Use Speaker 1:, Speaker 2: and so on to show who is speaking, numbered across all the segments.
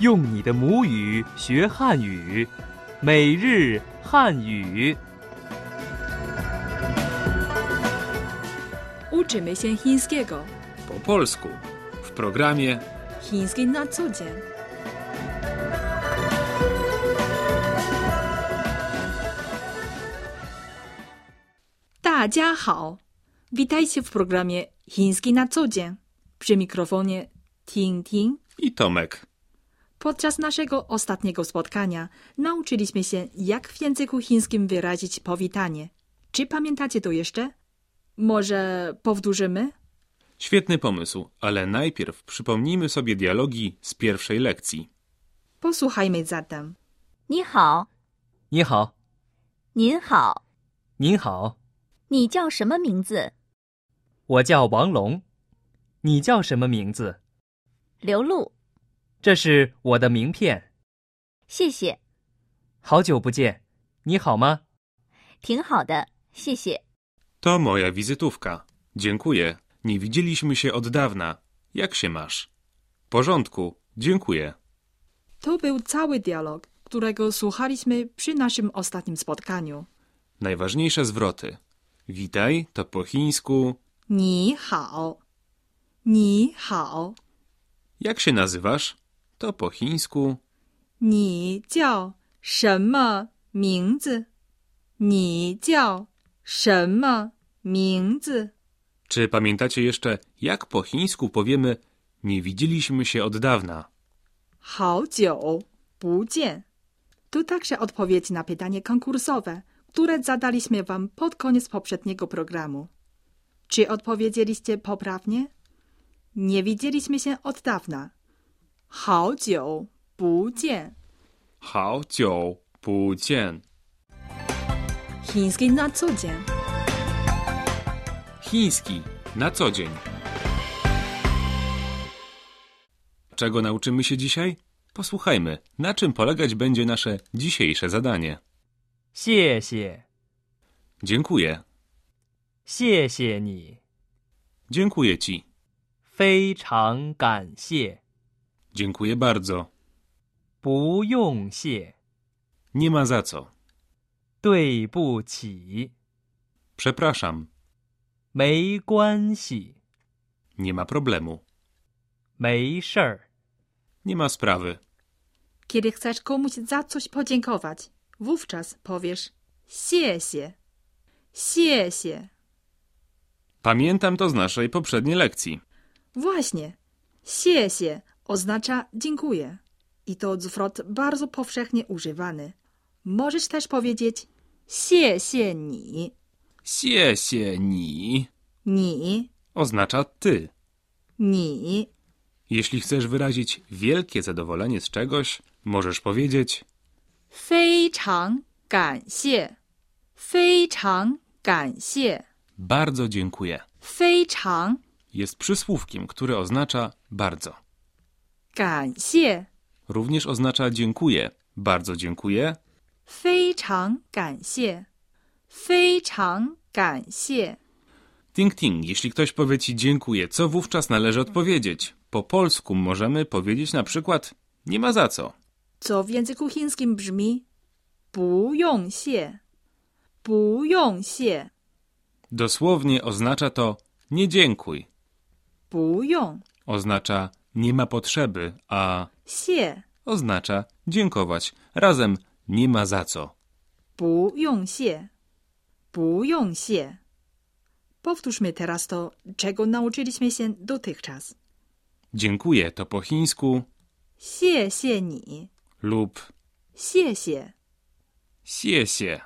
Speaker 1: 用你的母语学汉语，每日汉语。
Speaker 2: Uczymy się chińskiego.
Speaker 3: po polsku w programie
Speaker 2: Chiński na co dzień. hao. Witajcie w programie Chiński na co dzień. Przy mikrofonie Ting Ting.
Speaker 3: i Tomek.
Speaker 2: Podczas naszego ostatniego spotkania nauczyliśmy się, jak w języku chińskim wyrazić powitanie. Czy pamiętacie to jeszcze? Może powtórzymy?
Speaker 3: Świetny pomysł, ale najpierw przypomnijmy sobie dialogi z pierwszej lekcji.
Speaker 2: Posłuchajmy zatem.
Speaker 4: 你好，
Speaker 1: 你好，
Speaker 4: 您好，
Speaker 1: 您好，
Speaker 4: 你叫什么名字？
Speaker 1: 我叫王龙，你叫什么名字？
Speaker 4: 刘露，
Speaker 1: 这是我的名片，
Speaker 4: 谢谢，
Speaker 1: 好久不见，你好吗？
Speaker 4: 挺好的，谢谢。
Speaker 3: To moja wizytówka. Dziękuję. Nie widzieliśmy się od dawna. Jak się masz? W porządku. Dziękuję.
Speaker 2: To był cały dialog, którego słuchaliśmy przy naszym ostatnim spotkaniu.
Speaker 3: Najważniejsze zwroty. Witaj to po chińsku.
Speaker 2: Ni hao. Ni hao.
Speaker 3: Jak się nazywasz? To po chińsku.
Speaker 2: Ni jiao shenme mingzi. Ni jiao shenme mingzi.
Speaker 3: Czy pamiętacie jeszcze, jak po chińsku powiemy nie widzieliśmy się od dawna?
Speaker 2: Hao jiu bu jian. To także odpowiedź na pytanie konkursowe, które zadaliśmy Wam pod koniec poprzedniego programu. Czy odpowiedzieliście poprawnie? Nie widzieliśmy się od dawna. Hao jiu bu jian.
Speaker 3: 好久不见。
Speaker 2: Chiński na co dzień.
Speaker 3: Chiński na co dzień. Czego nauczymy się dzisiaj? Posłuchajmy, na czym polegać będzie nasze dzisiejsze zadanie.
Speaker 1: 谢谢，
Speaker 3: Dziękuję.
Speaker 1: 谢谢你，
Speaker 3: Dziękuję ci.
Speaker 1: 非常感谢，
Speaker 3: Dziękuję bardzo.
Speaker 1: 不用谢，
Speaker 3: Nie ma za co.
Speaker 1: 对不起，
Speaker 3: Przepraszam.
Speaker 1: 没关系，
Speaker 3: Nie ma problemu.
Speaker 1: 没事儿，
Speaker 3: Nie ma sprawy.
Speaker 2: Kiedy chcesz komuś za coś podziękować, wówczas powiesz xie xie. Xie xie.
Speaker 3: Pamiętam to z naszej poprzedniej lekcji.
Speaker 2: Właśnie. Xie xie oznacza dziękuję. I to zwrot bardzo powszechnie używany. Możesz też powiedzieć xie xie ni.
Speaker 3: Xie xie ni
Speaker 2: Ni,
Speaker 3: oznacza ty.
Speaker 2: ni.
Speaker 3: Jeśli chcesz wyrazić wielkie zadowolenie z czegoś, możesz powiedzieć
Speaker 2: 非常感谢，非常感谢，
Speaker 3: bardzo dziękuję.
Speaker 2: 非常
Speaker 3: jest przysłówkiem, które oznacza bardzo.
Speaker 2: 感谢，
Speaker 3: Również oznacza dziękuję, bardzo dziękuję,
Speaker 2: 非常感谢，非常感谢。
Speaker 3: ting ting. Jeśli ktoś powie ci dziękuję, co wówczas należy odpowiedzieć? Po polsku możemy powiedzieć na przykład nie ma za co.
Speaker 2: Co w języku chińskim brzmi 不用谢，不用谢，
Speaker 3: Dosłownie oznacza to nie dziękuj.
Speaker 2: 不用
Speaker 3: Oznacza nie ma potrzeby, a
Speaker 2: 谢，
Speaker 3: oznacza dziękować. Razem nie ma za co.
Speaker 2: 不用谢，不用谢。Powtórzmy teraz to, czego nauczyliśmy się dotychczas.
Speaker 3: Dziękuję to po chińsku
Speaker 2: 谢谢你，
Speaker 3: lub
Speaker 2: 谢谢，
Speaker 3: xie xie.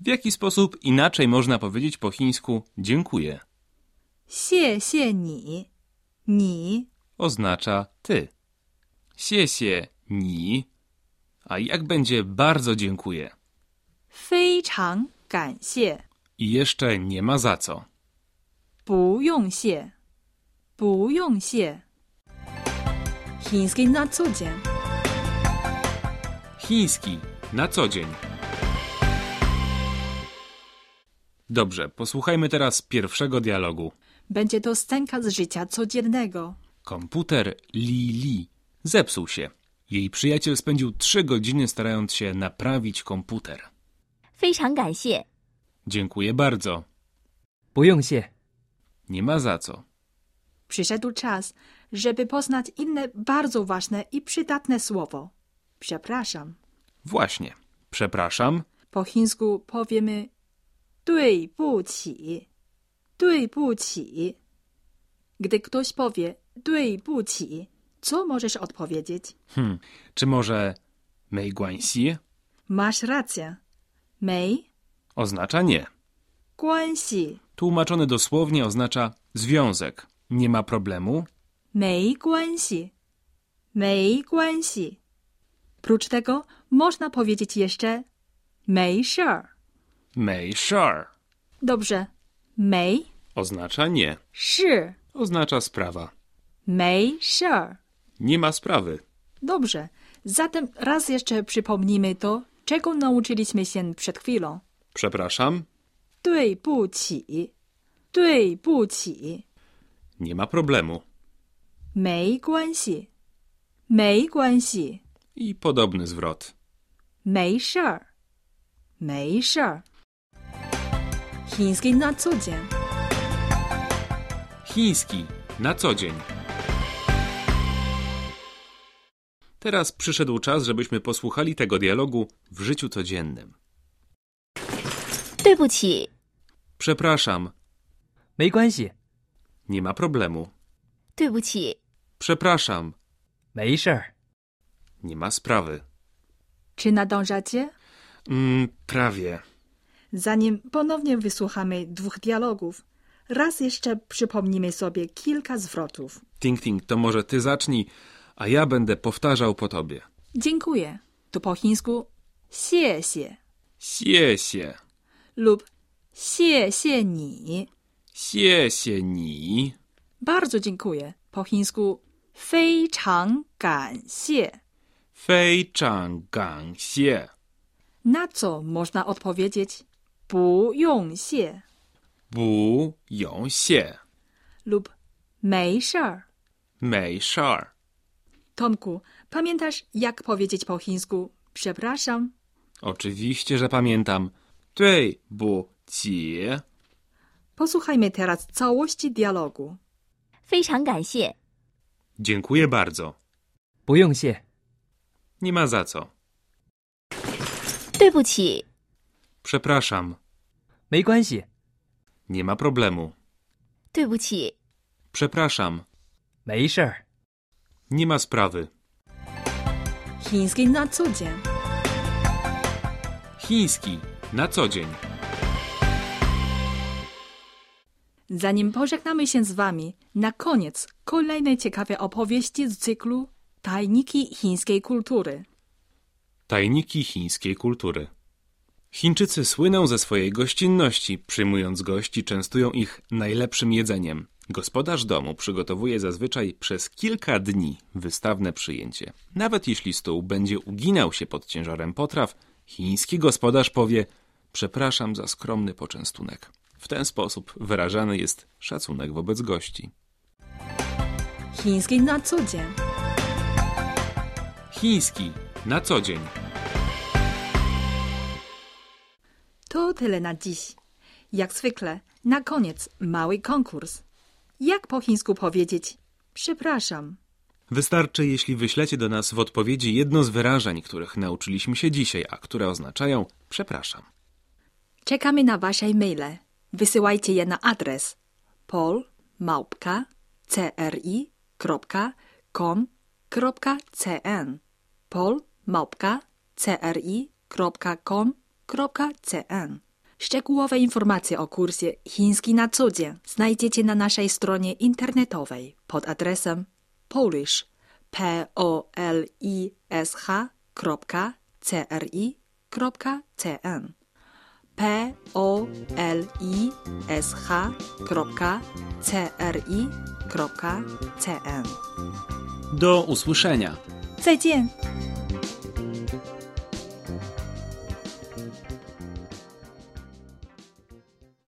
Speaker 3: W jaki sposób inaczej można powiedzieć po chińsku dziękuję?
Speaker 2: 谢谢你，你
Speaker 3: oznacza ty. Siesie ni. A jak będzie bardzo dziękuję?
Speaker 2: 非常感谢，
Speaker 3: I jeszcze nie ma za co.
Speaker 2: 不用谢，不用谢。Chiński na co dzień.
Speaker 3: Chiński na co dzień. Dobrze, posłuchajmy teraz pierwszego dialogu.
Speaker 2: Będzie to scenka z życia codziennego.
Speaker 3: Komputer Li Li zepsuł się. Jej przyjaciel spędził trzy godziny starając się naprawić komputer.
Speaker 4: 非常感谢，
Speaker 3: Dziękuję bardzo.
Speaker 1: 不用谢，
Speaker 3: Nie ma za co.
Speaker 2: Przyszedł czas, żeby poznać inne bardzo ważne i przydatne słowo. Przepraszam.
Speaker 3: Właśnie. Przepraszam.
Speaker 2: Po chińsku powiemy 对不起,对不起. Gdy ktoś powie 对不起, co możesz odpowiedzieć?
Speaker 3: Hm. Czy może mei guanxi
Speaker 2: Masz rację. Mei,
Speaker 3: oznacza nie?
Speaker 2: guanxi,
Speaker 3: Tłumaczone dosłownie oznacza związek. Nie ma problemu.
Speaker 2: mei guanxi, mei guanxi. Prócz tego można powiedzieć jeszcze 没事儿.
Speaker 3: Mei shar
Speaker 2: Dobrze. Mei,
Speaker 3: oznacza nie.
Speaker 2: shi,
Speaker 3: Oznacza sprawa.
Speaker 2: mei, shi.
Speaker 3: Nie ma sprawy.
Speaker 2: Dobrze. Zatem raz jeszcze przypomnijmy to, czego nauczyliśmy się przed chwilą.
Speaker 3: Przepraszam.
Speaker 2: 对不起,对不起,
Speaker 3: Nie ma problemu.
Speaker 2: 没关系,没关系,
Speaker 3: I podobny zwrot.
Speaker 2: 没事儿,没事儿. Chiński na co dzień.
Speaker 3: Chiński na co dzień. Teraz przyszedł czas, żebyśmy posłuchali tego dialogu w życiu codziennym.
Speaker 4: 对不起，
Speaker 3: Przepraszam,
Speaker 1: 没关系，
Speaker 3: nie ma problemu.
Speaker 4: 对不起，
Speaker 3: Przepraszam,
Speaker 1: 没事儿，
Speaker 3: nie ma sprawy.
Speaker 2: Czy nadążacie?
Speaker 3: Mm, prawie.
Speaker 2: Zanim ponownie wysłuchamy dwóch dialogów, raz jeszcze przypomnimy sobie kilka zwrotów.
Speaker 3: Ting Ting, to może ty zacznij, a ja będę powtarzał po tobie.
Speaker 2: Dziękuję. To po chińsku 谢谢
Speaker 3: Sie się,
Speaker 2: lub 谢谢你.
Speaker 3: sie się ni.
Speaker 2: Bardzo dziękuję. Po chińsku 非常感谢.
Speaker 3: Fei chang gang sie.
Speaker 2: Na co można odpowiedzieć 不用谢
Speaker 3: Bu yong sie.
Speaker 2: lub er. 没事儿.
Speaker 3: Mei shar.
Speaker 2: Tomku, pamiętasz jak powiedzieć po chińsku przepraszam?
Speaker 3: Oczywiście, że pamiętam. Tui bu ci.
Speaker 2: Posłuchajmy teraz całości dialogu.
Speaker 4: 非常感谢，
Speaker 3: Dziękuję bardzo.
Speaker 1: 不用谢，
Speaker 3: Nie ma za co.
Speaker 4: 对不起，
Speaker 3: Przepraszam,
Speaker 1: 没关系，
Speaker 3: nie ma problemu.
Speaker 4: 对不起，
Speaker 3: Przepraszam,
Speaker 1: 没事儿，
Speaker 3: nie ma sprawy.
Speaker 2: Chiński na co dzień.
Speaker 3: Chiński na co dzień.
Speaker 2: Zanim pożegnamy się z Wami, na koniec kolejne ciekawe opowieści z cyklu Tajniki chińskiej kultury.
Speaker 3: Tajniki chińskiej kultury. Chińczycy słyną ze swojej gościnności. Przyjmując gości, częstują ich najlepszym jedzeniem. Gospodarz domu przygotowuje zazwyczaj przez kilka dni wystawne przyjęcie. Nawet jeśli stół będzie uginał się pod ciężarem potraw, chiński gospodarz powie: Przepraszam za skromny poczęstunek. W ten sposób wyrażany jest szacunek wobec gości.
Speaker 2: Chiński na co dzień.
Speaker 3: Chiński na co dzień.
Speaker 2: To tyle na dziś. Jak zwykle, na koniec mały konkurs. Jak po chińsku powiedzieć przepraszam?
Speaker 3: Wystarczy, jeśli wyślecie do nas w odpowiedzi jedno z wyrażeń, których nauczyliśmy się dzisiaj, a które oznaczają przepraszam.
Speaker 2: Czekamy na Wasze maile. Wysyłajcie je na adres polmałpka.cri.com.cn polmałpka.cri.com.cn Szczegółowe informacje o kursie Chiński na co dzień znajdziecie na naszej stronie internetowej pod adresem polish polish.cri.cn p o l i s h c r i c n。
Speaker 3: Do usłyszenia!
Speaker 2: 再见。